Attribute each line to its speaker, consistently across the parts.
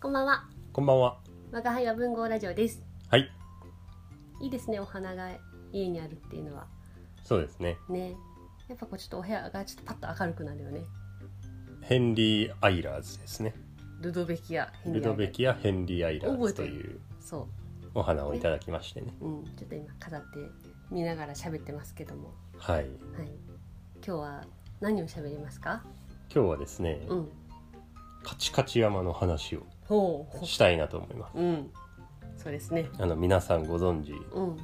Speaker 1: こんばんは。
Speaker 2: こんばんは。
Speaker 1: 我が輩は文豪ラジオです。
Speaker 2: はい。
Speaker 1: いいですね、お花が家にあるっていうのは。
Speaker 2: そうですね。
Speaker 1: ね。やっぱこうちょっとお部屋がちょっとパッと明るくなるよね。
Speaker 2: ヘンリー・アイラーズですね。
Speaker 1: ルドベキア、ヘンリ
Speaker 2: ル
Speaker 1: ーアイラ
Speaker 2: ドベキア・ヘンリー・アイラーズと
Speaker 1: 覚えて
Speaker 2: いう
Speaker 1: そ
Speaker 2: お花をいただきましてね。
Speaker 1: う。うん。ちょっと今飾って見ながら喋ってますけども。
Speaker 2: はい。
Speaker 1: はい。今日は何を喋りますか
Speaker 2: 今日はですね、
Speaker 1: うん。
Speaker 2: カチカチ山の話を
Speaker 1: ほう。ほ
Speaker 2: したいなと思います。
Speaker 1: うん。そうですね。
Speaker 2: あの、皆さんご存知、
Speaker 1: うん。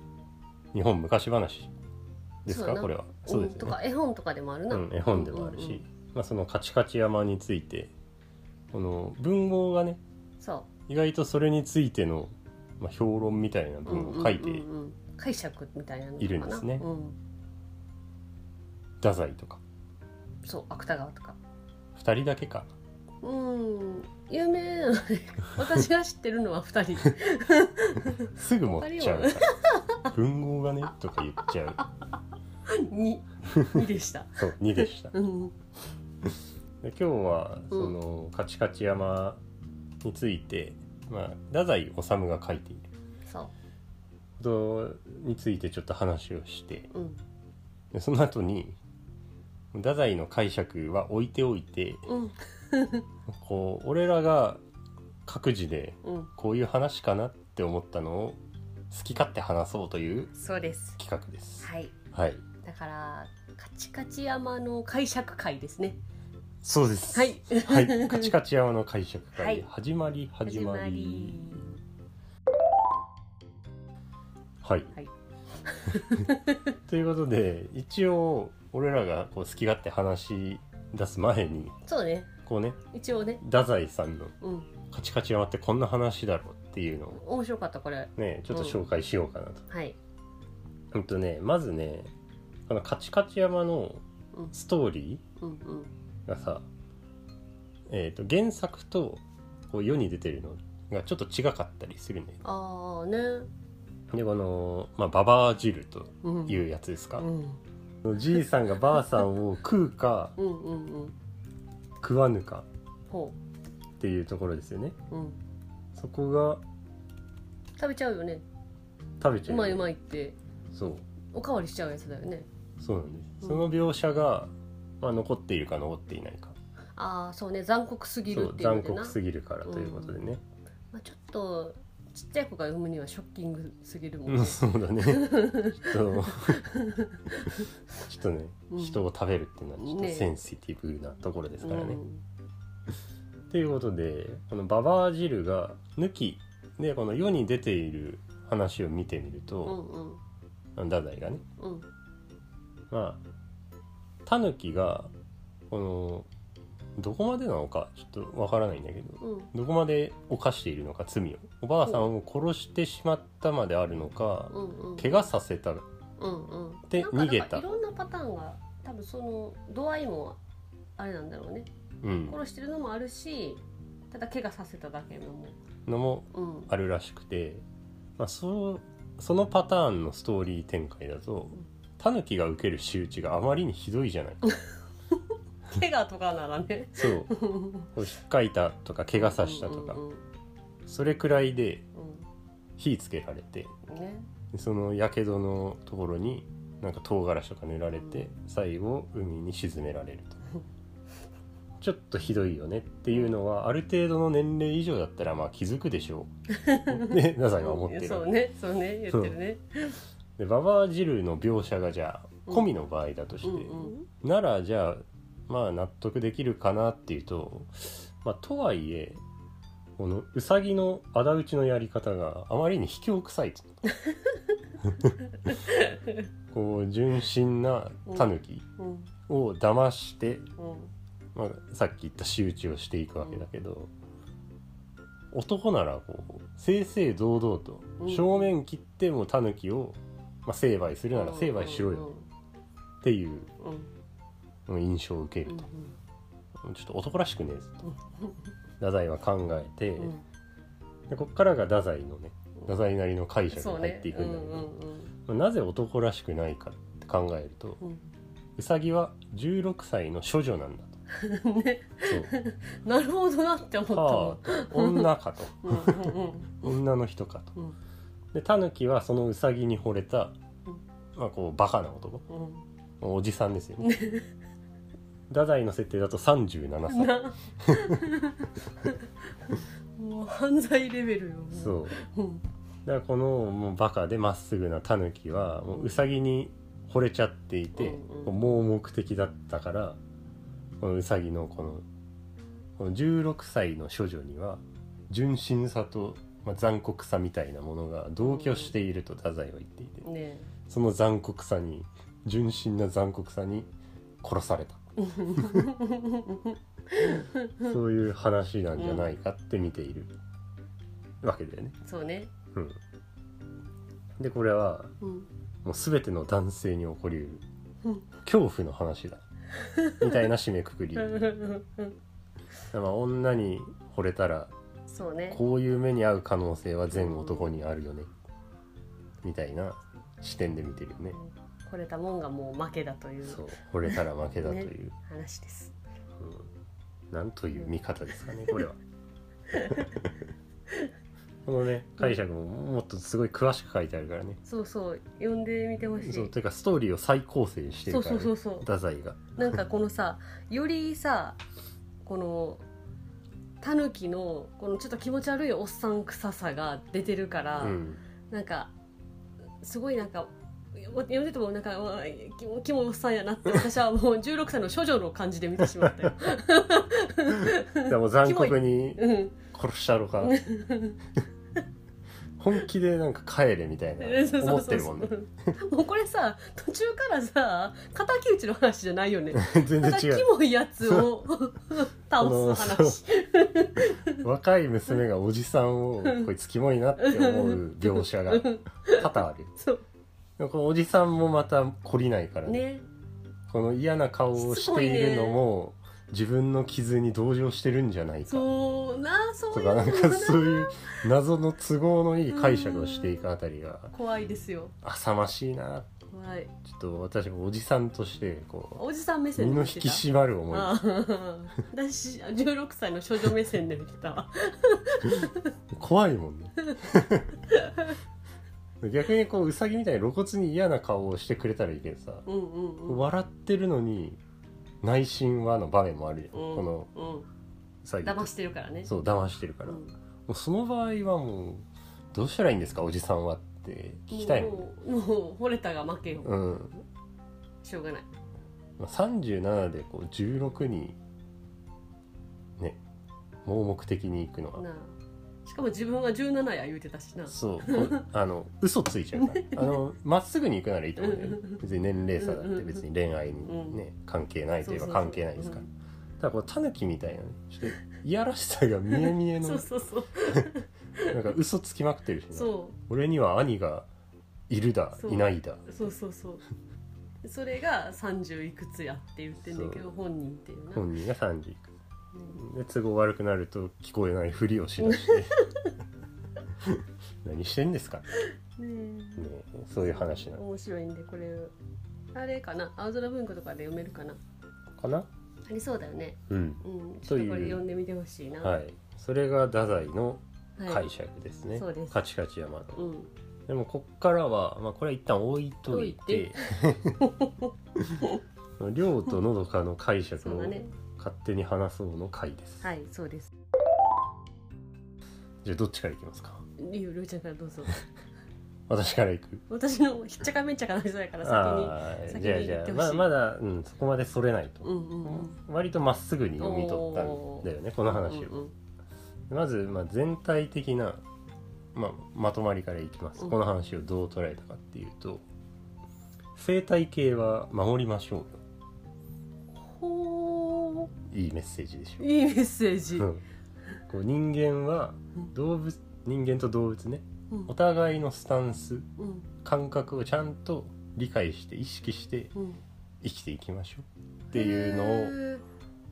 Speaker 2: 日本昔話です
Speaker 1: そう
Speaker 2: か
Speaker 1: だな
Speaker 2: これは。そうです
Speaker 1: んと
Speaker 2: よね
Speaker 1: か。絵本とかでもある
Speaker 2: う
Speaker 1: な。
Speaker 2: ん、絵本でもあるし、
Speaker 1: うんうん
Speaker 2: まあ、そのカチカチ山について、この文豪がね、
Speaker 1: そ
Speaker 2: 意外とそれについての、まあ、評論みたいな
Speaker 1: う。うん
Speaker 2: 文を書い
Speaker 1: うんう
Speaker 2: て
Speaker 1: ん、うん解釈みたいなのかない
Speaker 2: るんですね
Speaker 1: うん。
Speaker 2: 太宰とか、
Speaker 1: そう、芥川とか。
Speaker 2: 二人だけか。
Speaker 1: うん、有名なので 私が知ってるのは二人
Speaker 2: すぐ持っちゃうから文豪がねとか言っちゃう
Speaker 1: に2でした、
Speaker 2: そう2でしたで
Speaker 1: うん、
Speaker 2: 今日はその「カチカチ山」について、まあ、太宰治が書いている
Speaker 1: そ
Speaker 2: ことについてちょっと話をして
Speaker 1: う、うん
Speaker 2: でその後に太宰の解釈は置いておいて
Speaker 1: うん
Speaker 2: こう俺らが各自で
Speaker 1: うん、
Speaker 2: こういう話かなって思ったのを好き勝手話そうという
Speaker 1: そうです
Speaker 2: 企画です。
Speaker 1: はい
Speaker 2: はい、
Speaker 1: だからカチカチ山の解釈会ですね
Speaker 2: そうです。
Speaker 1: はい
Speaker 2: はい、カチカチ山の解釈会、
Speaker 1: はい
Speaker 2: 始まり始まりはい、
Speaker 1: はい
Speaker 2: ということで一応俺らがこう好き勝手話し出す前に
Speaker 1: そうね
Speaker 2: こうね
Speaker 1: 一応ね
Speaker 2: 太宰さんの
Speaker 1: うん
Speaker 2: 「カチカチ山ってこんな話だろ」っていうのを
Speaker 1: 面白かったこれ
Speaker 2: ねちょっと紹介しようかなと。
Speaker 1: はい
Speaker 2: ほんとねまずねこの「カチカチ山」の
Speaker 1: うん
Speaker 2: ストーリ
Speaker 1: うんうん
Speaker 2: ーがさ、えー、と原作とこう世に出てるのがちょっと違かったりするね。
Speaker 1: ああね
Speaker 2: でこの、まあ、ババア汁と
Speaker 1: うん
Speaker 2: いうやつですか
Speaker 1: う、ん
Speaker 2: じいさんがばあさんを食うか
Speaker 1: うんうんうん
Speaker 2: 食わぬか
Speaker 1: ほ
Speaker 2: っていうところですよね
Speaker 1: ううん
Speaker 2: そこが
Speaker 1: 食べちゃうよね
Speaker 2: 食べちゃ
Speaker 1: う
Speaker 2: う
Speaker 1: まいう
Speaker 2: い
Speaker 1: まいって
Speaker 2: そう
Speaker 1: おかわりしちゃうやつだよね
Speaker 2: そうなんです、
Speaker 1: うん
Speaker 2: その描写が、まあ、残っているか残っていないか
Speaker 1: ああそうね残酷すぎ
Speaker 2: そ
Speaker 1: るっ
Speaker 2: う
Speaker 1: ていう
Speaker 2: 残
Speaker 1: のでな
Speaker 2: 酷すぎるからということでね、
Speaker 1: まあ、ちょっとちっちゃい子が産むにはショッキングすぎるも
Speaker 2: うん
Speaker 1: んね、
Speaker 2: そうだねちょっと ちょっと
Speaker 1: う
Speaker 2: ね、
Speaker 1: ん
Speaker 2: 人を食べるっていうのはちょっと
Speaker 1: ね
Speaker 2: センシティブなところですからね
Speaker 1: うん
Speaker 2: ということでこのババア汁が抜きでこの世に出ている話を見てみる
Speaker 1: う
Speaker 2: と、
Speaker 1: んうん
Speaker 2: あの太宰がね
Speaker 1: うん
Speaker 2: まあタヌキがこのどこまでなのかちょっとわからないんだけど
Speaker 1: うん
Speaker 2: どこまで犯しているのか罪をおばあさんを殺してしまったまであるのか
Speaker 1: うんうん
Speaker 2: 怪我させた
Speaker 1: うんうん
Speaker 2: で
Speaker 1: なんかなんか
Speaker 2: 逃げた
Speaker 1: いろんなパターンが多分その度合いもあれなんだろうね
Speaker 2: うん
Speaker 1: 殺してるのもあるしただ怪我させただけのも
Speaker 2: のも
Speaker 1: うん
Speaker 2: あるらしくて、まあ、そうそのパターンのストーリー展開だとタヌキが受ける仕打ちがあまりにひどいじゃない
Speaker 1: 怪我とかならね
Speaker 2: そうこう引っかいたとか怪我させたとか
Speaker 1: うんうん
Speaker 2: それくらいで
Speaker 1: うん
Speaker 2: 火つけられて
Speaker 1: うんね
Speaker 2: でそのやけどのところになんか唐辛子とか塗られて最後海に沈められる とちょっとひどいよねっていうのはある程度の年齢以上だったらまあ気づくでしょ うね皆さんが思ってる
Speaker 1: そうねそうね言ってるね
Speaker 2: でババア汁の描写がじゃあ
Speaker 1: うん
Speaker 2: 込みの場合だとして、
Speaker 1: うんうん
Speaker 2: ならじゃあまあ納得できるかなっていうとまあとはいえこのうさぎの仇討ちのやり方があまりに卑怯 臭いとこう純真なタヌキ
Speaker 1: うん
Speaker 2: を騙して、
Speaker 1: うん
Speaker 2: まあ、さっき言った仕打ちをしていくわけだけど、男ならこう正々堂々と
Speaker 1: うん
Speaker 2: 正面切ってもタヌキを、まあ、成敗するなら成敗しろよっていう
Speaker 1: うんうん
Speaker 2: 印象を受け
Speaker 1: う
Speaker 2: る
Speaker 1: ん
Speaker 2: と、ちょっと男らしくねえぞと太宰は考えて、
Speaker 1: うんうん
Speaker 2: でこっからが太宰のね
Speaker 1: うん
Speaker 2: 太宰なりの解釈
Speaker 1: そ
Speaker 2: が
Speaker 1: う
Speaker 2: 入
Speaker 1: ね
Speaker 2: っていくんだけど、
Speaker 1: うんうん
Speaker 2: まあなぜ男らしくないかって考えると
Speaker 1: うん
Speaker 2: ウサギは16歳の処女なんだと
Speaker 1: ね
Speaker 2: そう
Speaker 1: なるほどなって思った
Speaker 2: は
Speaker 1: も
Speaker 2: あと女かと
Speaker 1: ん、うんうんうん
Speaker 2: 女の人かと、
Speaker 1: うん
Speaker 2: でタヌキはそのウサギに惚れた、まあ、こうバカな男
Speaker 1: うん
Speaker 2: おじさんですよ ねダダイの設定だと37歳
Speaker 1: なもう犯罪レベルよもう
Speaker 2: そう
Speaker 1: うん
Speaker 2: だからこのもうバカでまっすぐなタヌキはもうウサギに惚れちゃっていて、
Speaker 1: うんうん
Speaker 2: 盲目的だったからこのウサギのこのこの16歳の処女には純真さと、まあ、残酷さみたいなものが同居していると太宰は言っていて、
Speaker 1: ね
Speaker 2: その残酷さに純真な残酷さに殺され たそういう話なんじゃないかって見ているわけだよね。
Speaker 1: そうね
Speaker 2: うん、でこれは
Speaker 1: うん
Speaker 2: もう全ての男性に起こりうる
Speaker 1: うん
Speaker 2: 恐怖の 話だみたいな締めくく
Speaker 1: う
Speaker 2: りだか
Speaker 1: んうんうん
Speaker 2: らまあ女に惚れたら
Speaker 1: そうね
Speaker 2: こういう目に遭う可能性は全男にあるよねみたいな視点で見てるよね。
Speaker 1: これたもんがもう負けだという
Speaker 2: そう惚れたら負けだという、
Speaker 1: 話です
Speaker 2: うん、なんという見方です かねこれは。このね解釈ももっとすごい詳しく書いてあるからね。
Speaker 1: そうそう読んでみてほしい
Speaker 2: そうというかストーリーを再構成して
Speaker 1: そう
Speaker 2: るから、
Speaker 1: そうそう、
Speaker 2: ね
Speaker 1: そう
Speaker 2: 太宰が。
Speaker 1: なんかこのさよりさこのタヌキのこのちょっと気持ち悪いおっさん臭さが出てるから、
Speaker 2: うん
Speaker 1: なんかすごいなんか読んでてもなんかうわキモキモいおっさんやなって私はもう16歳の処女の感じで見てしまったよ、
Speaker 2: でも残酷に
Speaker 1: うん、
Speaker 2: 殺したろか 本気でなんか帰れみたいな思ってるもんね
Speaker 1: もうこれさ途中からさ敵討ちの話じゃないよ ね
Speaker 2: 全
Speaker 1: た
Speaker 2: 然
Speaker 1: だキ
Speaker 2: 違う
Speaker 1: モいやつを 倒す話
Speaker 2: 若い娘がおじさんをこいつキモいなって思う描写が多々ある
Speaker 1: そ
Speaker 2: でもこのおじさんもまた懲りないから
Speaker 1: う
Speaker 2: ね
Speaker 1: ね
Speaker 2: この嫌な顔をしているのも自分の傷に同情してるんじゃないか
Speaker 1: そうなそ
Speaker 2: と
Speaker 1: ういう
Speaker 2: かなんか
Speaker 1: の
Speaker 2: そう
Speaker 1: な
Speaker 2: いう謎の都合のいい解釈をしていくあたりが
Speaker 1: 怖いですよ
Speaker 2: 浅ましいな
Speaker 1: 怖い
Speaker 2: ちょっと私もおじさんとしてこ
Speaker 1: おじさん目
Speaker 2: う身
Speaker 1: 線
Speaker 2: の
Speaker 1: で
Speaker 2: 引
Speaker 1: 見て
Speaker 2: き
Speaker 1: た
Speaker 2: 締まる思い
Speaker 1: ああ私16歳の少女目線で見てたわ
Speaker 2: 怖いもんね 逆にこうウサギみたいに露骨に嫌な顔をしてくれたらいいけどさ、
Speaker 1: うんうんうん
Speaker 2: 笑ってるのに内心はの場面もあるよ、
Speaker 1: うん
Speaker 2: この
Speaker 1: う
Speaker 2: ウサ
Speaker 1: ん
Speaker 2: ギ
Speaker 1: 騙してるからね
Speaker 2: そう騙してるから、
Speaker 1: う
Speaker 2: も
Speaker 1: ん
Speaker 2: うその場合はもうどうしたらいいんですかおじさんはって聞きたいもんね
Speaker 1: もうもう惚れたが負けよ
Speaker 2: うん、
Speaker 1: しょうがない
Speaker 2: まあ、37でこう16にね盲目的に行くのは
Speaker 1: なあしかも自分は17や言うてたしな
Speaker 2: そうこ うあの嘘ついちゃうからあのまっすぐに行くならいいと思うんだよね別に年齢差だって別に恋愛にね関係ないといえば関係ないですから、
Speaker 1: ら
Speaker 2: ただこのタヌキみたいなねちょっといやらしさが見え見えの
Speaker 1: そうそうそう
Speaker 2: なんか嘘つきまくってるしね
Speaker 1: そう
Speaker 2: 俺には兄がいるだ
Speaker 1: そう
Speaker 2: いないだ
Speaker 1: そうそうそうそれが30いくつやって言ってんだけど本人っていうな、
Speaker 2: 本人が30い
Speaker 1: うん
Speaker 2: くで都合悪くなると聞こえないふりをしだして 何してんですか、ね
Speaker 1: ね
Speaker 2: え、そういう話
Speaker 1: え
Speaker 2: なの
Speaker 1: 面白いんでこれあれかな青空文庫とかで読めるかな
Speaker 2: かな
Speaker 1: ありそうだよね
Speaker 2: うん
Speaker 1: うんち
Speaker 2: そ
Speaker 1: ょ
Speaker 2: う
Speaker 1: っ
Speaker 2: い
Speaker 1: とこ
Speaker 2: う
Speaker 1: れ読んでみてほしいな
Speaker 2: はいそれが太宰の
Speaker 1: はい
Speaker 2: 解釈ですね、
Speaker 1: そうです
Speaker 2: カチカチ山の、
Speaker 1: うん
Speaker 2: でもこっからは、まあ、これは一旦置いといて 亮とのどかの解釈
Speaker 1: そう
Speaker 2: を
Speaker 1: だね
Speaker 2: 勝手に話そうの回です、
Speaker 1: はいそうです
Speaker 2: じゃあどっちからいきますか
Speaker 1: りゅうりゅうちゃんからどうぞ
Speaker 2: 私からいく
Speaker 1: 私のひっちゃかめっちゃかな人だから先に
Speaker 2: あー
Speaker 1: 先に
Speaker 2: じゃあじ
Speaker 1: 言っ
Speaker 2: ゃあ
Speaker 1: てほしい
Speaker 2: まあまだ、うん、そこまでそれないと、
Speaker 1: うんうんうん
Speaker 2: 割とまっすぐに読み取ったんだよねこの話を、
Speaker 1: うん
Speaker 2: まず、まあ、全体的な、まあ、まとまりからいきます、
Speaker 1: うん
Speaker 2: この話をどう捉えたかっていうと生態系は守りましょうよ
Speaker 1: うんほ
Speaker 2: いいメッセージでしょ
Speaker 1: ーいいメッセージ、
Speaker 2: うん、こう人間は
Speaker 1: うん
Speaker 2: 動物人間と動物ね
Speaker 1: うん
Speaker 2: お互いのスタンス
Speaker 1: うん
Speaker 2: 感覚をちゃんと理解して意識して
Speaker 1: うん
Speaker 2: 生きていきましょうっていうのを
Speaker 1: へー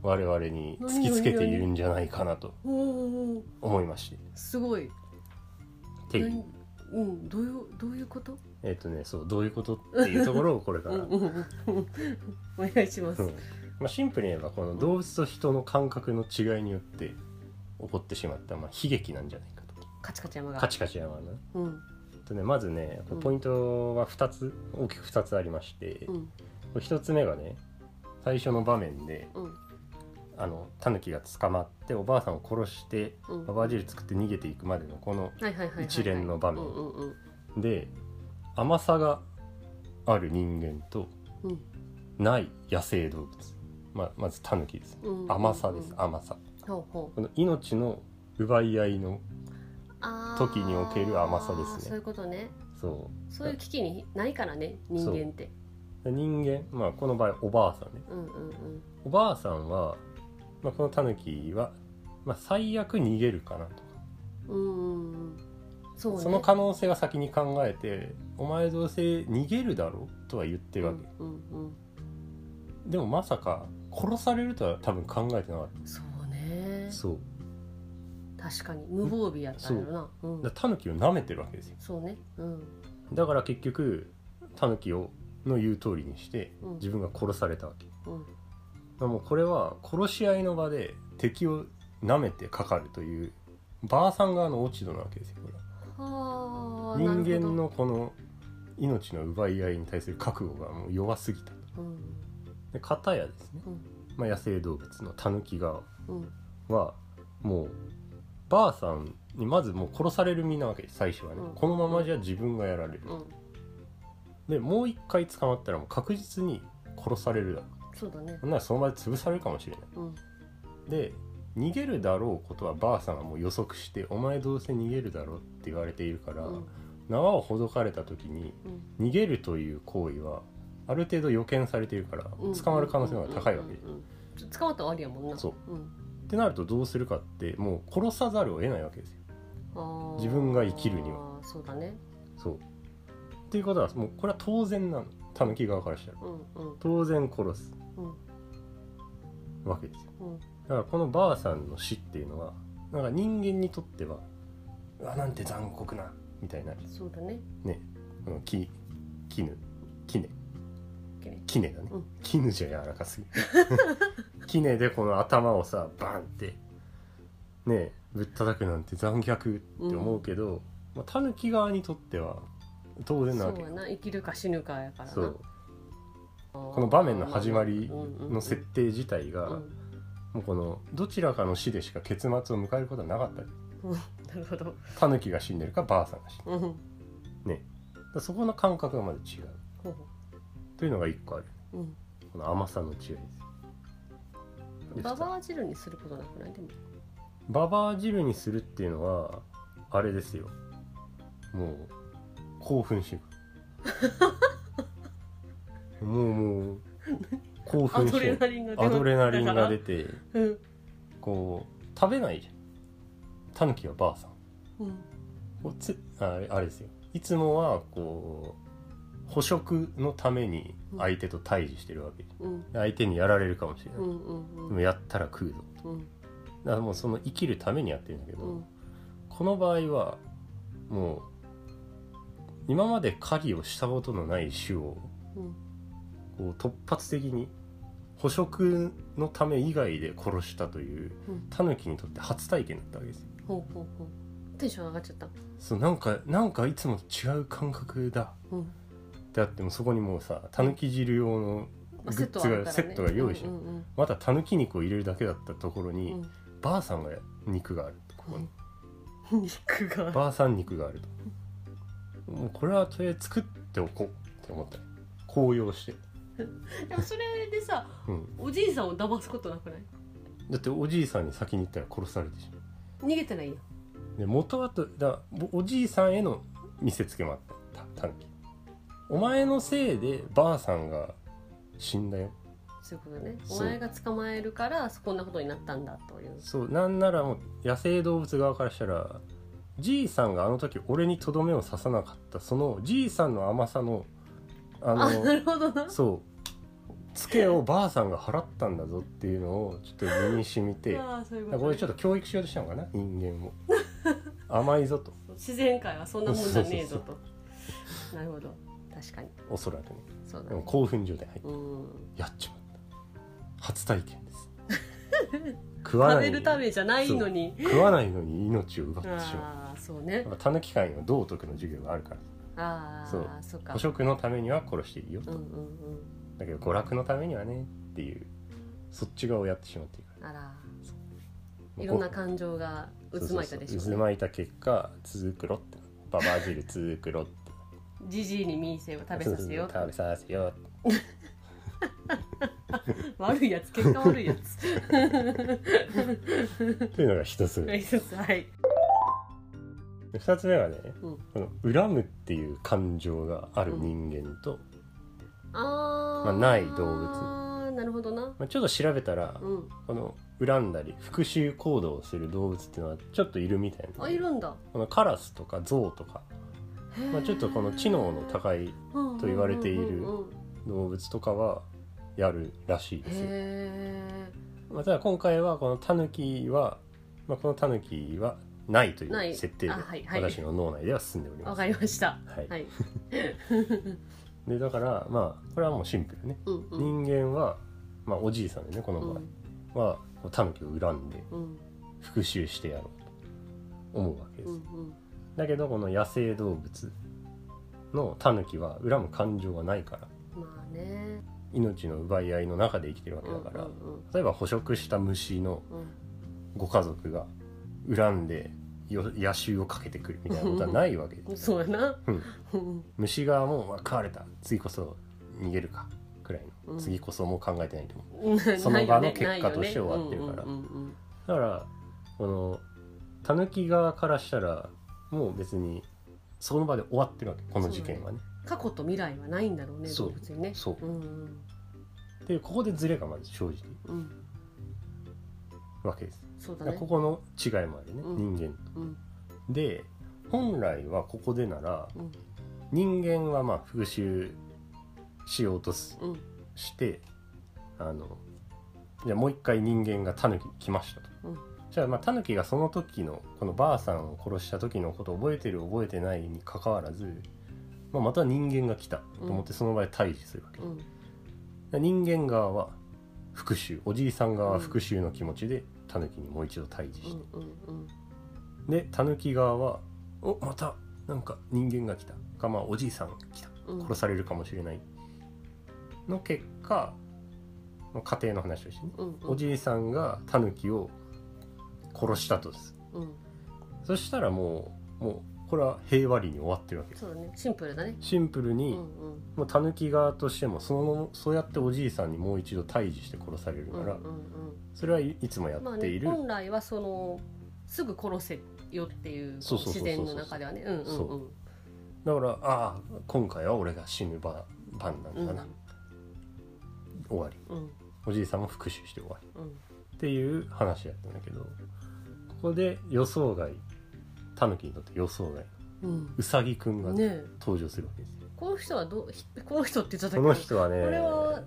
Speaker 2: 我々に突きつけているんじゃないかなと
Speaker 1: おーおー
Speaker 2: 思いまして
Speaker 1: すごい
Speaker 2: っていう
Speaker 1: うんどういうどういうこと
Speaker 2: えっ、とねそうどういうことっていうところをこれから
Speaker 1: うんうんうんお願いします
Speaker 2: うんまあ、シンプルに言えばこの動物と人の感覚の違いによって起こってしまった、まあ、悲劇なんじゃないかと
Speaker 1: カチカチ山が
Speaker 2: カチカチ山のね
Speaker 1: うん
Speaker 2: とねまずねこれポイントは2つ、大きく2つありまし
Speaker 1: う
Speaker 2: て、こ
Speaker 1: ん
Speaker 2: れ1つ目がね最初の場面で
Speaker 1: うん
Speaker 2: あのタヌキが捕まっておばあさんを殺して
Speaker 1: うん
Speaker 2: ババア汁作って逃げていくまでのこの
Speaker 1: はいはいはいはいはい
Speaker 2: 一連の場面
Speaker 1: うんうんうん
Speaker 2: で甘さがある人間と
Speaker 1: うん
Speaker 2: ない野生動物、まあ、まずタヌキですね
Speaker 1: うんうん
Speaker 2: 甘さです
Speaker 1: うん
Speaker 2: 甘さ
Speaker 1: ほうほう
Speaker 2: この命の奪い合いの
Speaker 1: あー
Speaker 2: 時における甘さですね
Speaker 1: そういうことね
Speaker 2: そ
Speaker 1: そういう危機にないからね人間って
Speaker 2: うで人間まあこの場合おばあさんね
Speaker 1: うんうんうん
Speaker 2: おばあさんは、まあ、このタヌキは、まあ、最悪逃げるかなと
Speaker 1: うんうんうんそうね
Speaker 2: その可能性は先に考えて「お前どうせ逃げるだろ」とは言ってるわけ、
Speaker 1: うんうん
Speaker 2: でもまさか殺されるとは多分考えてなかっ
Speaker 1: うんそうね
Speaker 2: たそう
Speaker 1: 確かに無防備やったんやろなうん
Speaker 2: だタヌキを舐めてるわけですよ
Speaker 1: そうねうん
Speaker 2: だから結局タヌキをの言う通りにして
Speaker 1: うん
Speaker 2: 自分が殺されたわけ、
Speaker 1: うん
Speaker 2: まあもうこれは殺し合いの場で敵を舐めてかかるというばあさん側の落ち度なわけですよこれは
Speaker 1: はあ
Speaker 2: 人
Speaker 1: なるほ
Speaker 2: 間
Speaker 1: ど
Speaker 2: のこの命の奪い合いに対する覚悟がもう弱すぎた
Speaker 1: うん
Speaker 2: で片やですね、
Speaker 1: うん
Speaker 2: まあ、野生動物のタヌキ側
Speaker 1: うん
Speaker 2: はもうばあさんにまずもう殺される身なわけです最初はね、
Speaker 1: うん
Speaker 2: このままじゃ自分がやられる、
Speaker 1: うん
Speaker 2: でもう一回捕まったらもう確実に殺されるだろ
Speaker 1: そうだね
Speaker 2: うなんならその場で潰されるかもしれない
Speaker 1: うん
Speaker 2: で逃げるだろうことはばあさんはもう予測して「お前どうせ逃げるだろ」って言われているから、
Speaker 1: うん
Speaker 2: 縄をほどかれた時に
Speaker 1: うん
Speaker 2: 逃げるという行為はある程度予見されているから
Speaker 1: うん
Speaker 2: 捕まる可能性の方が高いわけ、
Speaker 1: うんうんうんうん捕まったら終わりやもんな
Speaker 2: そう
Speaker 1: うん
Speaker 2: ってなるとどうするかってもう殺さざるを得ないわけですよ
Speaker 1: あー
Speaker 2: 自分が生きるに
Speaker 1: あーそうだね
Speaker 2: そうっていうことはもうこれは当然なのタヌキ側からしたら
Speaker 1: うんうん
Speaker 2: 当然殺す
Speaker 1: うん
Speaker 2: わけですよ
Speaker 1: うん
Speaker 2: だからこのばあさんの死っていうのはなんか人間にとってはうわなんて残酷なみたいな
Speaker 1: そうだね
Speaker 2: ねこの木絹
Speaker 1: き
Speaker 2: 絹
Speaker 1: れい
Speaker 2: 絹だね
Speaker 1: うん
Speaker 2: 絹じゃ柔らかすぎる 絹でこの頭をさバンってねぶったたくなんて残虐って思うけど、まあ、タヌキ側にとっては当然なわ
Speaker 1: そう
Speaker 2: け
Speaker 1: やな生きるか死ぬかやからな
Speaker 2: そう
Speaker 1: こ
Speaker 2: この場面の始まりの
Speaker 1: の
Speaker 2: 設定自体が、
Speaker 1: うん
Speaker 2: もうこのどちらかの死でしか結末を迎えることはなかった
Speaker 1: なるほど、
Speaker 2: タヌキが死んでるかばあさんが死んでる
Speaker 1: うん、
Speaker 2: だからそこの感覚がまず違う
Speaker 1: ほう
Speaker 2: というのが一個ある
Speaker 1: ほううん
Speaker 2: この甘さの違いですで
Speaker 1: バ
Speaker 2: 二
Speaker 1: バア汁にすることなくないでも
Speaker 2: つババア汁にするっていうのはあれですよもう興奮して くるもうもう興
Speaker 1: ア
Speaker 2: 奮し
Speaker 1: ドレ
Speaker 2: て
Speaker 1: ナリンが出
Speaker 2: アドレナリンが出
Speaker 1: て
Speaker 2: て
Speaker 1: うん
Speaker 2: こう食べないじゃんタヌキはばあさん
Speaker 1: うん
Speaker 2: おつあれあれですよいつもはこう捕食のために相手と対峙してるわけ、
Speaker 1: うん
Speaker 2: 相手にやられるかもしれない、
Speaker 1: うん
Speaker 2: でもやったら食うぞ
Speaker 1: うんうん
Speaker 2: だからもうその生きるためにやってるんだけど、
Speaker 1: うん
Speaker 2: この場合はもう今まで狩りをしたことのない種を
Speaker 1: うん
Speaker 2: こう突発的に捕食のため以外で殺したという
Speaker 1: うん
Speaker 2: タヌキにとって初体験だったわけですよ
Speaker 1: ほうほうほうテンション上がっちゃった
Speaker 2: そうなんかなんかいつもと違う感覚だ
Speaker 1: うん
Speaker 2: ってあってもそこにもうさたぬき汁用のグ
Speaker 1: まあセッ
Speaker 2: ッ
Speaker 1: ト
Speaker 2: ズ
Speaker 1: はある
Speaker 2: が
Speaker 1: からね
Speaker 2: セットが用意して
Speaker 1: う
Speaker 2: る
Speaker 1: んうん
Speaker 2: またたぬき肉を入れるだけだったところ
Speaker 1: う
Speaker 2: に、
Speaker 1: ん
Speaker 2: ばあさんが肉があるとここに
Speaker 1: うん 肉が
Speaker 2: ばあさん肉があるともうこれはとりあえず作っておこうって思ったね高揚して、
Speaker 1: でもそれでさ
Speaker 2: うん、
Speaker 1: おじいさんを騙すことなくない
Speaker 2: だっておじいさんに先に行ったら殺されてしま
Speaker 1: 逃げてないやん
Speaker 2: うで元はとだおおじいさんへの見せつけもあったたたぬきお前のせいでばあさんが死んだよ
Speaker 1: そういうことね
Speaker 2: そ
Speaker 1: お
Speaker 2: う
Speaker 1: 前が捕まえるからこんなことになったんだという
Speaker 2: そうなんならもう野生動物側からしたらじいさんがあの時俺にとどめを刺さなかったそのじいさんの甘さのあ
Speaker 1: あな
Speaker 2: の
Speaker 1: るほどな
Speaker 2: そうツケをばあさんが払ったんだぞっていうのをちょっと身に染みてだか
Speaker 1: あ あそういうこ
Speaker 2: ら
Speaker 1: と
Speaker 2: これちょっと教育しようとしたのかな人 間も甘いぞと
Speaker 1: 自然界はそんなもんじゃねえぞとなるほど確かに
Speaker 2: おそらくね
Speaker 1: そうだ
Speaker 2: でも
Speaker 1: ね
Speaker 2: 興奮状態入って
Speaker 1: うん
Speaker 2: やっちまっ初体験です 食わ
Speaker 1: 食
Speaker 2: ない
Speaker 1: べるためじゃないのに
Speaker 2: 食わないのに命を奪ってしま
Speaker 1: ああそうね
Speaker 2: うなんかタヌキ界の道徳の授業があるか
Speaker 1: ああ
Speaker 2: そう
Speaker 1: っか
Speaker 2: ら捕食のためには殺していいよ
Speaker 1: う
Speaker 2: と、
Speaker 1: んうん
Speaker 2: だけど娯楽のためにはねっていうそっち側をやってしまっている
Speaker 1: うんあら
Speaker 2: から
Speaker 1: いろんな感情が渦巻いたでし
Speaker 2: そうそう
Speaker 1: ょ
Speaker 2: そう
Speaker 1: う
Speaker 2: 渦
Speaker 1: ね
Speaker 2: 巻いた結果続くろってババア汁続くろって
Speaker 1: じじいにミーセを食べさせよう
Speaker 2: 食べさせよう
Speaker 1: 悪いやつ結果悪いやつ
Speaker 2: っていうのが一つ目
Speaker 1: はい
Speaker 2: で二つ目はね、
Speaker 1: うん
Speaker 2: この恨むっていう感情がある人間と、
Speaker 1: あ
Speaker 2: まあ
Speaker 1: ー
Speaker 2: ない動物
Speaker 1: あーなるほどな
Speaker 2: まあ、ちょっと調べたら、
Speaker 1: うん
Speaker 2: この恨んだり復讐行動をする動物っていうのはちょっといるみたいな
Speaker 1: あいるんだ
Speaker 2: このカラスとかゾウとか、
Speaker 1: へー
Speaker 2: まあ、ちょっとこの知能の高いと言われている
Speaker 1: うんうんうんうん
Speaker 2: 動物とかはやるらしいですよ、
Speaker 1: へ
Speaker 2: まあ、ただ今回はこのタヌキは、まあ、このタヌキはないとい
Speaker 1: な
Speaker 2: う
Speaker 1: い
Speaker 2: 設定で
Speaker 1: あはいはい
Speaker 2: 私の脳内では進んでおり
Speaker 1: え
Speaker 2: ま
Speaker 1: わ
Speaker 2: す、は
Speaker 1: かりました
Speaker 2: い
Speaker 1: はい
Speaker 2: でだからまあこれはもうシンプルね、
Speaker 1: うんうん
Speaker 2: 人間は、まあ、おじいさんでねこの
Speaker 1: う
Speaker 2: 場合、
Speaker 1: ん
Speaker 2: はこうタヌキを恨んで
Speaker 1: うん
Speaker 2: 復讐してやろうと思うわけです、
Speaker 1: うんうん
Speaker 2: だけどこの野生動物のタヌキは恨む感情がないから
Speaker 1: まあね
Speaker 2: 命の奪い合いの中で生きてるわけだから、
Speaker 1: うんうん
Speaker 2: 例えば捕食した虫の
Speaker 1: うんうん
Speaker 2: ご家族が恨んでよ野襲をかけてくるみたいなことはないわけです
Speaker 1: そうやな。
Speaker 2: う
Speaker 1: う
Speaker 2: ん
Speaker 1: ん
Speaker 2: 虫側もうわ食われた次こそ逃げるかくらいの、
Speaker 1: うん
Speaker 2: 次こそもう考えてないと思う
Speaker 1: そ
Speaker 2: の場の結果として終わってるからだからこのタヌキ側からしたらもう別にその場で終わってるわけこの事件はね
Speaker 1: 過去と未来はないんだろうね、
Speaker 2: そう
Speaker 1: 動物にね。
Speaker 2: そう
Speaker 1: うん
Speaker 2: でここでズレがまず生じて
Speaker 1: うんうん、
Speaker 2: るわけです、
Speaker 1: そうだ
Speaker 2: だから
Speaker 1: ね
Speaker 2: こ。この違いもあるね、
Speaker 1: うん
Speaker 2: 人間と
Speaker 1: うん
Speaker 2: で本来はここでなら
Speaker 1: うん
Speaker 2: 人間はまあ復讐しようとす
Speaker 1: うん
Speaker 2: してあのじゃあもう一回人間がタヌキに来ましたと、
Speaker 1: うん
Speaker 2: じゃあまあタヌキがその時のこのばあさんを殺した時のことを覚えてる覚えてないにかかわらず、まあ、また人間が来たと思ってその場で対峙するわけ、
Speaker 1: うん
Speaker 2: で人間側は復讐おじいさん側は復讐の気持ちでタヌキにもう一度対峙して、
Speaker 1: うんうん
Speaker 2: でタヌキ側は「おまたなんか人間が来た」かまあおじいさんが来た
Speaker 1: うん
Speaker 2: 殺されるかもしれないの結果まあ家庭の話をしてね
Speaker 1: うんうん
Speaker 2: おじいさんがタヌキを殺したとです
Speaker 1: うん
Speaker 2: そしたらもうもうこれは平和裏に終わってるわけです
Speaker 1: そうだね。シンプルだね。
Speaker 2: シンプル
Speaker 1: うん
Speaker 2: に、
Speaker 1: うん
Speaker 2: もうタヌキ側としてもそのそうやっておじいさんにもう一度対峙して殺される
Speaker 1: う
Speaker 2: か
Speaker 1: んうん
Speaker 2: ら、
Speaker 1: うん
Speaker 2: それはいいつもや
Speaker 1: まあ
Speaker 2: ってい
Speaker 1: ね
Speaker 2: る、
Speaker 1: 本来はそのすぐ殺せよっていう
Speaker 2: そうそうそうそう
Speaker 1: 自然の中ではね。うんうん
Speaker 2: そ
Speaker 1: うん
Speaker 2: だからああ今回は俺が死ぬ番番なん
Speaker 1: うん
Speaker 2: だな、終わり
Speaker 1: うん
Speaker 2: おじいさんも復讐して終わり
Speaker 1: うん
Speaker 2: っていう話だったんだけどここで予想外タヌキにとって予想外
Speaker 1: うん
Speaker 2: ウサギくんが
Speaker 1: ねえ
Speaker 2: 登場するわけですよ、
Speaker 1: この人はどうひこの人って言っちゃった
Speaker 2: こ
Speaker 1: け
Speaker 2: の
Speaker 1: ど
Speaker 2: 人はね
Speaker 1: これは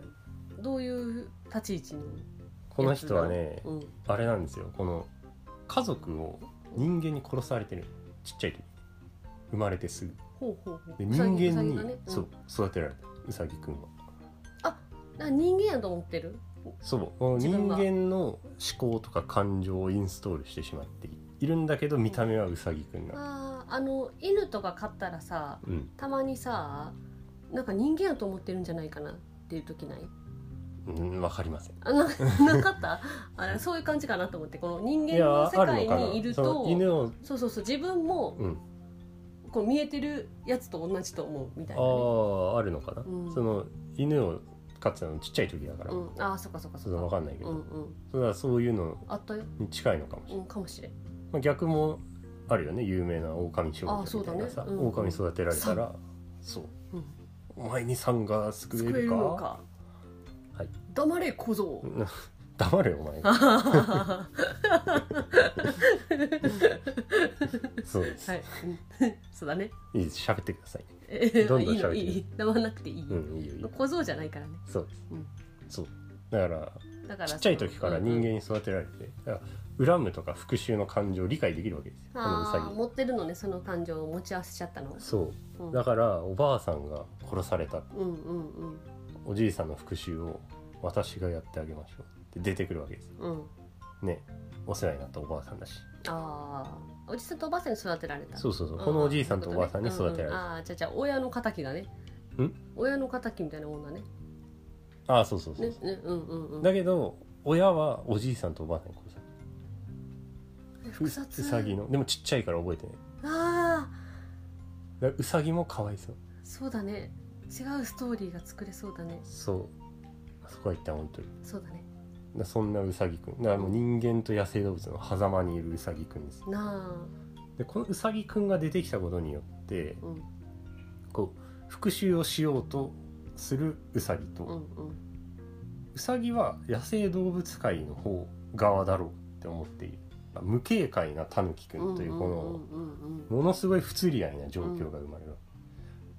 Speaker 1: どういう立ち位置の
Speaker 2: この人はね
Speaker 1: うん
Speaker 2: あれなんですよこの家族を人間に殺されてるちっちゃい時生まれてすぐ
Speaker 1: ほうほうほう
Speaker 2: で人
Speaker 1: ウサ
Speaker 2: 間
Speaker 1: ギ
Speaker 2: に、
Speaker 1: がね
Speaker 2: そうん育てられたウサギくんは
Speaker 1: なんか人間やと思ってる
Speaker 2: そうこの
Speaker 1: 自分
Speaker 2: 人
Speaker 1: が
Speaker 2: 間の思考とか感情をインストールしてしまっているんだけど見た目はウサギくんなの
Speaker 1: あーあの犬とか飼ったらさ
Speaker 2: うん
Speaker 1: たまにさなんか人間やと思ってるんじゃないかなっていう時ない
Speaker 2: うんわかりません
Speaker 1: あなな かったあれそういう感じかなと思ってこの人間の世界にいる
Speaker 2: そ
Speaker 1: と
Speaker 2: の犬を
Speaker 1: そうそうそう自分も
Speaker 2: うん
Speaker 1: こう見えてるやつと同じと思うみたいな、ね
Speaker 2: あああるのかな、
Speaker 1: うん
Speaker 2: その犬を飼ってたのちっちゃい時だから、
Speaker 1: うん、あーそっかそっか
Speaker 2: そ
Speaker 1: そ
Speaker 2: れ
Speaker 1: っ
Speaker 2: は分
Speaker 1: か
Speaker 2: かんないけ
Speaker 1: う
Speaker 2: ど、
Speaker 1: んうん
Speaker 2: それはそういうの
Speaker 1: あったよ、
Speaker 2: に近いのかもしれ
Speaker 1: う
Speaker 2: ない、
Speaker 1: ん、かもしれん
Speaker 2: まあ、逆もあるよね有名な狼少
Speaker 1: あ
Speaker 2: 女
Speaker 1: そう
Speaker 2: みた
Speaker 1: だ
Speaker 2: い
Speaker 1: ね
Speaker 2: なさ、
Speaker 1: うんうん
Speaker 2: 狼育てられたらそう
Speaker 1: うん
Speaker 2: お前にさんが救え
Speaker 1: 救え
Speaker 2: る
Speaker 1: る
Speaker 2: か
Speaker 1: のか。
Speaker 2: はい
Speaker 1: 黙れ小僧。
Speaker 2: うん 黙れよお 前
Speaker 1: は
Speaker 2: そうです、
Speaker 1: い。 そうだね。
Speaker 2: い、いです喋ってくださいね
Speaker 1: えー
Speaker 2: どんど ん
Speaker 1: いい
Speaker 2: 喋
Speaker 1: の
Speaker 2: る
Speaker 1: いい。黙らなくていい。
Speaker 2: うんいいよいいよ
Speaker 1: 小僧じゃないからね。
Speaker 2: そうです、
Speaker 1: うん
Speaker 2: そうだから
Speaker 1: だから
Speaker 2: ちっちゃい時から人間
Speaker 1: 間。
Speaker 2: に育てられて、だから恨むとか復讐の感情を理解できるわけですよこのウ
Speaker 1: ああ
Speaker 2: サギ
Speaker 1: 持ってるのねその感情を持ち合わせちゃったの。
Speaker 2: そう
Speaker 1: うん
Speaker 2: だからおばあさんが殺された
Speaker 1: うんうんうん。
Speaker 2: おじいさんの復讐を私がやってあげましょう」って出てくるわけです
Speaker 1: うん
Speaker 2: ねお世話になったおばあさんだし
Speaker 1: ああおじさんとおばあさんに育てられた
Speaker 2: そううそうそうこのおじいさんとおばあさんに育てられ
Speaker 1: る
Speaker 2: た、
Speaker 1: ああじゃあじゃあ親の敵だね
Speaker 2: ん
Speaker 1: 親の敵みたいなもんだね
Speaker 2: ああそうそうそう
Speaker 1: ね
Speaker 2: そう、
Speaker 1: ねうんうんうん
Speaker 2: だけど親はおじいさんとおばあさんにこうさ
Speaker 1: 複雑
Speaker 2: うさぎのでもちっちゃいから覚えてない
Speaker 1: ああ
Speaker 2: だからうさぎもかわいそう
Speaker 1: そうだね違うストーリーが作れそうだね
Speaker 2: そうあそこは一旦置いといて
Speaker 1: そうだね
Speaker 2: だからそんなうさぎくんだからもう人間と野生動物の狭間にいるうさぎくんです
Speaker 1: な
Speaker 2: でこのうさぎくんが出てきたことによって
Speaker 1: あうん
Speaker 2: こう復讐をしようとするうさぎと、
Speaker 1: う
Speaker 2: うん
Speaker 1: うん
Speaker 2: さぎは野生動物界の方側だろうって思っているまあ無警戒なたぬきくんという
Speaker 1: う
Speaker 2: この
Speaker 1: んうんうんうん
Speaker 2: ものすごい不釣り合いな状況が生まれる、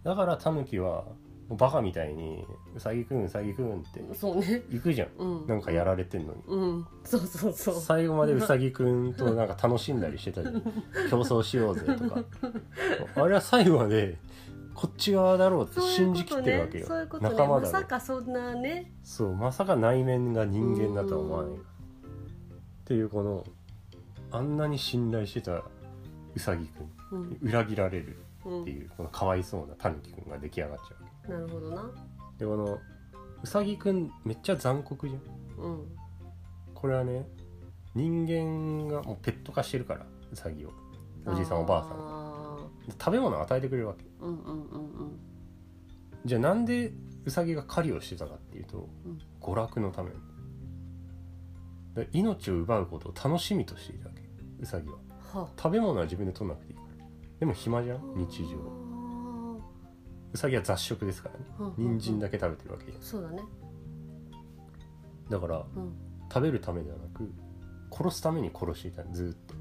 Speaker 2: だからタヌキはもうバカみたいに「うさぎくんうさぎくん」って
Speaker 1: うんそうね
Speaker 2: 行くじゃん
Speaker 1: うん
Speaker 2: なんかやられてんのに
Speaker 1: うんそうそうそう
Speaker 2: 最後までうさぎくんとなんか楽しんだりして たじゃん競争しようぜとかあれは最後までこっち側だろうって
Speaker 1: そういう
Speaker 2: 信
Speaker 1: こ
Speaker 2: じき
Speaker 1: と
Speaker 2: ってるわ
Speaker 1: ね
Speaker 2: けよ
Speaker 1: そういうことね
Speaker 2: 仲間
Speaker 1: ま
Speaker 2: だろ
Speaker 1: さ
Speaker 2: う
Speaker 1: かそんなね
Speaker 2: そうまさか内面が人間だとは思わない
Speaker 1: うん
Speaker 2: っていうこのあんなに信頼してたうさぎく
Speaker 1: う
Speaker 2: ん
Speaker 1: ん
Speaker 2: 裏切られる
Speaker 1: う
Speaker 2: って
Speaker 1: ん
Speaker 2: いうこのかわいそうなたぬきくんが出来上がっちゃうわ
Speaker 1: なるほどな
Speaker 2: けでこのうさぎくんめっちゃ残酷じゃん
Speaker 1: うん
Speaker 2: これはね人間がもうペット化してるからうさぎをおじいさんおばあさん
Speaker 1: あ
Speaker 2: で食べ物を与えてくれるわけ
Speaker 1: ーうんうんうん
Speaker 2: じゃあなんでうさぎが狩りをしてたかっていうと、
Speaker 1: うん
Speaker 2: 娯楽のためで命を奪うことを楽しみとしているわけうさぎは
Speaker 1: うんは
Speaker 2: 食べ物は自分で取らなくていいからでも暇じゃん
Speaker 1: あ
Speaker 2: 日常うさぎは雑食ですからね
Speaker 1: あー
Speaker 2: 人参
Speaker 1: うんうんうん
Speaker 2: だけ食べてるわけじゃん
Speaker 1: そうだね
Speaker 2: だから
Speaker 1: うん
Speaker 2: 食べるためではなく殺すために殺していたのずーっと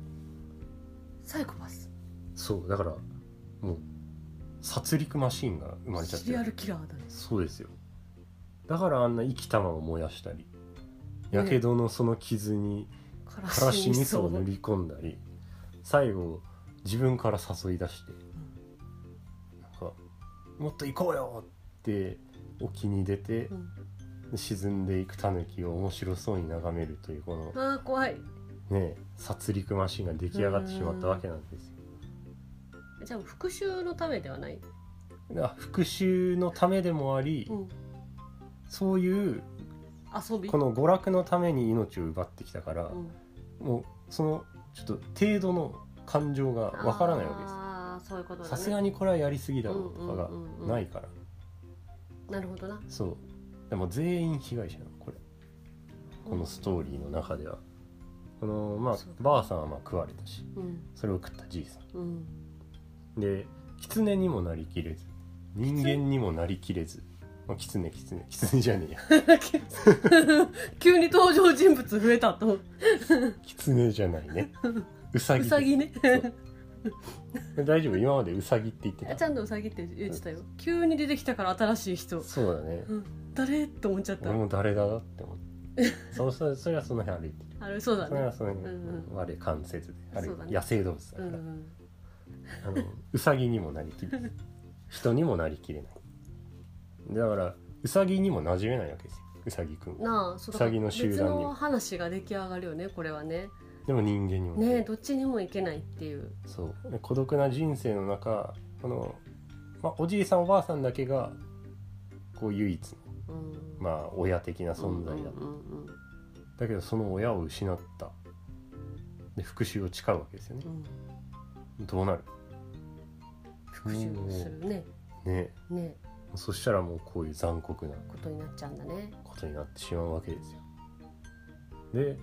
Speaker 1: サイコパス
Speaker 2: そうだからもう殺戮マシーンが生まれちゃっ
Speaker 1: シ
Speaker 2: て
Speaker 1: リ
Speaker 2: る
Speaker 1: アルキラーだね
Speaker 2: そうですよだからあんな生き玉を燃やしたり
Speaker 1: え
Speaker 2: やけどのその傷に
Speaker 1: から
Speaker 2: からし味噌を塗
Speaker 1: り
Speaker 2: り込んだり最後自分から誘い出してなんか「もっと行こうよ!」って沖に出て
Speaker 1: うん
Speaker 2: 沈んでいくタヌキを面白そうに眺めるというこの
Speaker 1: あー怖い
Speaker 2: ね殺戮マシンが出来上がってしまったわけなんですよ。
Speaker 1: じゃあ復讐のためではない
Speaker 2: あ復讐のためでもあり、
Speaker 1: うん
Speaker 2: そういう
Speaker 1: 遊び
Speaker 2: この娯楽のために命を奪ってきたから、
Speaker 1: うん
Speaker 2: もうそのちょっと程度の感情がわからないわけです
Speaker 1: ああそういうことだね
Speaker 2: さすがにこれはやりすぎだろうとかが
Speaker 1: うんうんうんうん
Speaker 2: ないから、
Speaker 1: なるほどな
Speaker 2: そうでも全員被害者なのこれこのストーリーの中ではこのまあ
Speaker 1: そう
Speaker 2: ばあさんはまあ食われたし
Speaker 1: うん
Speaker 2: それを食ったじいさ
Speaker 1: うん
Speaker 2: んで狐にもなりきれず人間にもなりきれずまあ狐狐狐じゃねえや
Speaker 1: 急に登場人物増えたと
Speaker 2: 狐じゃない ねうさ
Speaker 1: う
Speaker 2: ぎ
Speaker 1: さぎね
Speaker 2: 大丈夫今までうさぎって言って
Speaker 1: あ
Speaker 2: た
Speaker 1: ちゃんとうさぎって言ってたよ急に出てきたから新しい人
Speaker 2: そうだね
Speaker 1: 誰って思っちゃった
Speaker 2: 俺も誰だなって思って そうそうそれはその辺歩いてる
Speaker 1: あれそうだ
Speaker 2: それは
Speaker 1: ね
Speaker 2: その辺、
Speaker 1: うんうん
Speaker 2: 我関節であれ、
Speaker 1: そうだね
Speaker 2: 野生動物だか
Speaker 1: う
Speaker 2: ら、うんあのうさぎにもなりき れない人にもなりきれないだからうさぎにも馴染めないわけですようさぎくんは
Speaker 1: なあそう
Speaker 2: さぎの集団に
Speaker 1: 別の話が出来上がるよねこれはね
Speaker 2: でも人間にもなれな
Speaker 1: ねえ
Speaker 2: い
Speaker 1: どっちにもいけないっていう
Speaker 2: そうで孤独な人生の中この、まあ、おじいさんおばあさんだけがこう唯一の、
Speaker 1: うん
Speaker 2: まあ、親的な存在だ、
Speaker 1: うんうん
Speaker 2: だけどその親を失ったで復讐を誓うわけですよね
Speaker 1: うんうん
Speaker 2: どうなる
Speaker 1: 復讐をするね
Speaker 2: ね
Speaker 1: ね
Speaker 2: そしたらもうこういう残酷な
Speaker 1: ことになっちゃうんだね
Speaker 2: ことになってしまうわけですよで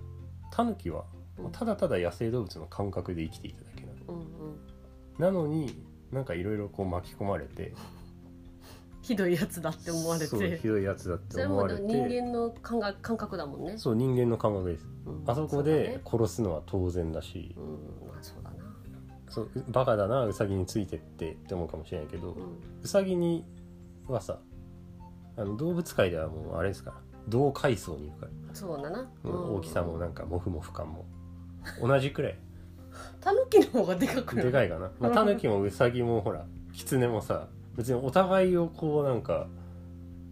Speaker 2: タヌキは
Speaker 1: うん
Speaker 2: ただただ野生動物の感覚で生きていただけなの
Speaker 1: うんうん
Speaker 2: なのになんかいろいろこう巻き込まれて
Speaker 1: ひどいやつだ って思われ
Speaker 2: そうひ
Speaker 1: て
Speaker 2: どいやつだっ
Speaker 1: そ
Speaker 2: て
Speaker 1: れ
Speaker 2: 思
Speaker 1: も
Speaker 2: わ
Speaker 1: で
Speaker 2: れ
Speaker 1: も
Speaker 2: て
Speaker 1: 人間の感覚感覚だもんね
Speaker 2: そう人間の感覚です
Speaker 1: うん
Speaker 2: あそこ
Speaker 1: そうだ
Speaker 2: で
Speaker 1: ね
Speaker 2: 殺すのは当然だし
Speaker 1: うんまあそうだな
Speaker 2: そうバカだなウサギについてってって思うかもしれないけど
Speaker 1: うん
Speaker 2: ウサギにはさあの動物界ではもうあれですから同階層にいるから
Speaker 1: そうだな
Speaker 2: もう大きさもなんかモフモフ感も同じくらい
Speaker 1: タヌキの方がでかくない
Speaker 2: でかいかな、まあ、タヌキもウサギもほらキツネもさ別にお互いをこうなんか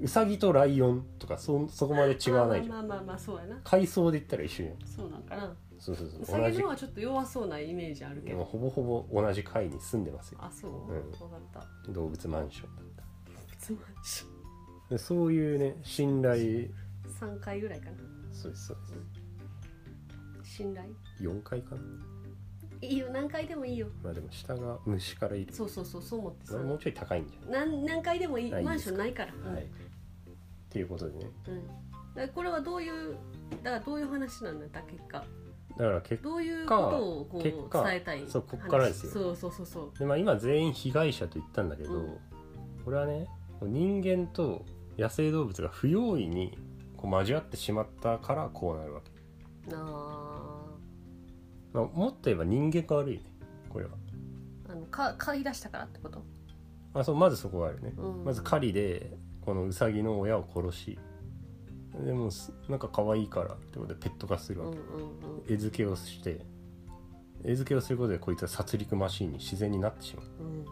Speaker 2: ウサギとライオンとかそそこまで違わないじゃん
Speaker 1: まあまあまあまあそうやな
Speaker 2: 階層で言ったら一緒やん
Speaker 1: そうなんかな
Speaker 2: そうそう
Speaker 1: ウ
Speaker 2: そ
Speaker 1: サ
Speaker 2: う
Speaker 1: ギの
Speaker 2: 同じ
Speaker 1: 方はちょっと弱そうなイメージあるけ
Speaker 2: も
Speaker 1: ど
Speaker 2: うほぼほぼ同じ階に住んでますよ
Speaker 1: あそう、
Speaker 2: うん
Speaker 1: 分かった
Speaker 2: 動物マンションだった
Speaker 1: つまんし
Speaker 2: でそういうね信頼
Speaker 1: 3回ぐらいかな
Speaker 2: そうですそうで
Speaker 1: 信頼
Speaker 2: す4階かない
Speaker 1: いよ何回でもいいよ
Speaker 2: まあでも下が虫からいる
Speaker 1: そうそうそうそう思ってさ
Speaker 2: もうちょい高いんじゃ
Speaker 1: 何何回でもいい
Speaker 2: あいいですか
Speaker 1: マンションないから、
Speaker 2: ない、はい、っていうことでね
Speaker 1: うん、だからこれはどういうだからどういう話なんだった結果
Speaker 2: だから結
Speaker 1: どういうことをこ
Speaker 2: 結
Speaker 1: う
Speaker 2: 果
Speaker 1: 伝えたい
Speaker 2: そうこっからですよ
Speaker 1: そうそうそうそう
Speaker 2: でまあ、今全員被害者と言ったんだけど、
Speaker 1: うん
Speaker 2: これはね人間と野生動物が不用意にこう交わってしまったからこうなるわけ、
Speaker 1: あ
Speaker 2: まあ、もっと言えば人間が悪いねこれは、
Speaker 1: ーあのか買い出したからってこと、
Speaker 2: まあ、そうまずそこがあるね、
Speaker 1: うん、
Speaker 2: まず狩りでこのウサギの親を殺しでもすなんか可愛いからってことでペット化する
Speaker 1: う
Speaker 2: わ
Speaker 1: んうん、
Speaker 2: け
Speaker 1: うん
Speaker 2: 餌付けをして餌付けをすることでこいつは殺戮マシーンに自然になってしまう
Speaker 1: うん、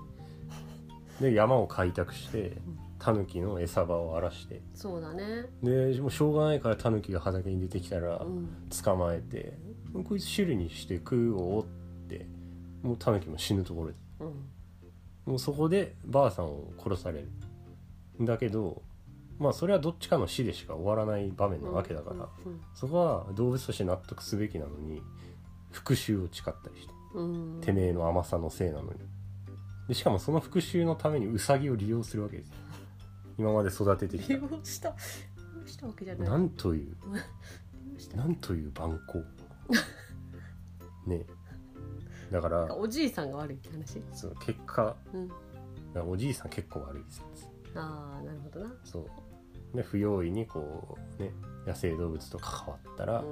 Speaker 2: で山を開拓してタヌキの餌場を荒らして
Speaker 1: そうだね
Speaker 2: でもうしょうがないからタヌキが畑に出てきたら
Speaker 1: うん
Speaker 2: 捕まえて、こいつ汁にして食うをってもうタヌキも死ぬところで
Speaker 1: うん
Speaker 2: もうそこでばあさんを殺されるだけどまあそれはどっちかの死でしか終わらない場面なわけだから、
Speaker 1: うん
Speaker 2: そこは動物として納得すべきなのに復讐を誓ったりして、
Speaker 1: うん
Speaker 2: てめえの甘さのせいなのにでしかもその復讐のためにウサギを利用するわけですよ今まで育ててき
Speaker 1: 利
Speaker 2: た
Speaker 1: 用した利用したわけじゃない
Speaker 2: なんという
Speaker 1: 利用した
Speaker 2: なんという蛮 行ねえだから
Speaker 1: おじいさんが悪いって話
Speaker 2: そう結果
Speaker 1: うん
Speaker 2: おじいさん結構悪いです
Speaker 1: ああなるほどな
Speaker 2: そうで不用意にこうね野生動物と関わったら、
Speaker 1: う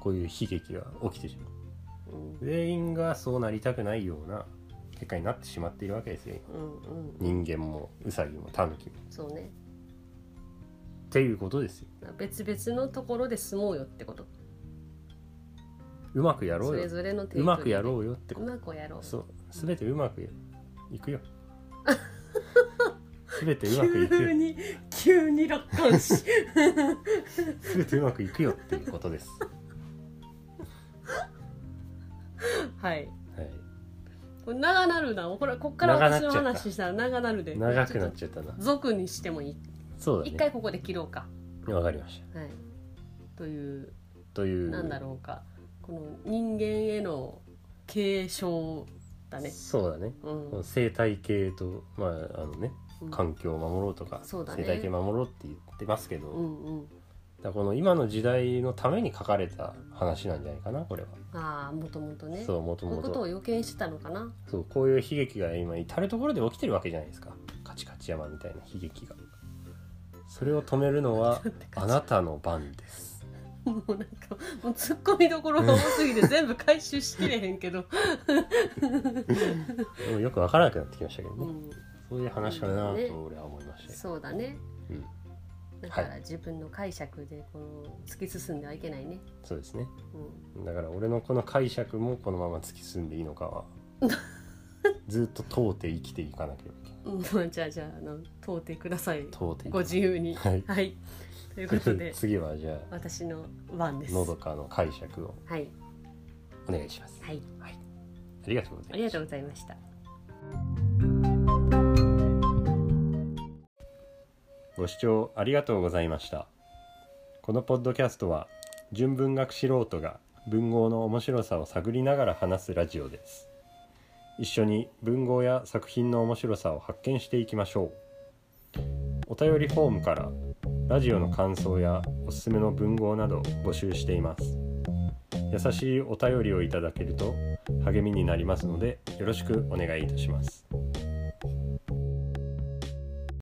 Speaker 2: こういう悲劇が起きてしま
Speaker 1: んうん
Speaker 2: う全員がそうなりたくないような結果になってしまっているわけですよ
Speaker 1: うんうん
Speaker 2: 人間もウサギもタヌキも
Speaker 1: そうね
Speaker 2: っていうことですよ
Speaker 1: 別々のところで住もうよってこと
Speaker 2: うまくやろ
Speaker 1: そうれ
Speaker 2: よ
Speaker 1: ぞれのテリトリーで
Speaker 2: うまくやろうよって
Speaker 1: う
Speaker 2: こと
Speaker 1: まくやろう
Speaker 2: そう全てうまく いくよ全てうまくいくよ
Speaker 1: 急に急に楽観視
Speaker 2: 全てうまくいくよっていうことです。
Speaker 1: はい
Speaker 2: はい、
Speaker 1: これ長なるなこれこっから
Speaker 2: 長なっ
Speaker 1: 私
Speaker 2: ちゃ
Speaker 1: の
Speaker 2: った
Speaker 1: 話したら長なるで
Speaker 2: 長くなっ
Speaker 1: ち
Speaker 2: ちゃったな
Speaker 1: ょっと。俗にしてもいい
Speaker 2: そう
Speaker 1: 一
Speaker 2: だ
Speaker 1: 回ここで切ろうか
Speaker 2: ね。わかりました。
Speaker 1: はいという
Speaker 2: という。
Speaker 1: なんだろうかこの人間への継承だね
Speaker 2: そうだね。
Speaker 1: うん
Speaker 2: この生態系と、まあ、あのね、
Speaker 1: うん
Speaker 2: 環境を守ろうとか、
Speaker 1: そうだね
Speaker 2: 生態系守ろうって言ってますけど。
Speaker 1: うんうん
Speaker 2: だからこの今の時代のために書かれた話なんじゃないかな、これは。
Speaker 1: ああもともとね
Speaker 2: そう、もと
Speaker 1: こうい
Speaker 2: も
Speaker 1: うことを
Speaker 2: と。
Speaker 1: 予見してたのかな
Speaker 2: そう、こういう悲劇が今至る所で起きてるわけじゃないですか。カチカチ山みたいな悲劇が。それを止める のはあなたの番です。
Speaker 1: もうなんかもう突っ込みどころが多す ぎて全部回収しきれへんけど、
Speaker 2: でもよくわからなくなってきましたけど
Speaker 1: う
Speaker 2: ね。
Speaker 1: ん、
Speaker 2: そういう話かな
Speaker 1: ね
Speaker 2: と俺は思いましたよ
Speaker 1: そうだね
Speaker 2: うん、
Speaker 1: だか
Speaker 2: は
Speaker 1: ら自分の解釈でこの突き進んではいけないね、
Speaker 2: そうですね
Speaker 1: うん、
Speaker 2: だから俺のこの解釈もこのまま突き進んでいいのかは ずっと問うて生きていかなければいけない
Speaker 1: うん まあじゃあじゃああの問うてください
Speaker 2: 問うてい
Speaker 1: ご自由に
Speaker 2: はい
Speaker 1: はいということで
Speaker 2: 次はじゃあ
Speaker 1: 私の番です
Speaker 2: の
Speaker 1: は
Speaker 2: どかの解釈を
Speaker 1: い
Speaker 2: お願いします
Speaker 1: はい
Speaker 2: はいありがとうございます
Speaker 1: ありがとうございました
Speaker 2: ご視聴ありがとうございましたこのポッドキャストは純文学素人が文豪の面白さを探りながら話すラジオです一緒に文豪や作品の面白さを発見していきましょうお便りフォームからラジオの感想やおすすめの文豪などを募集しています優しいお便りをいただけると励みになりますのでよろしくお願いいたします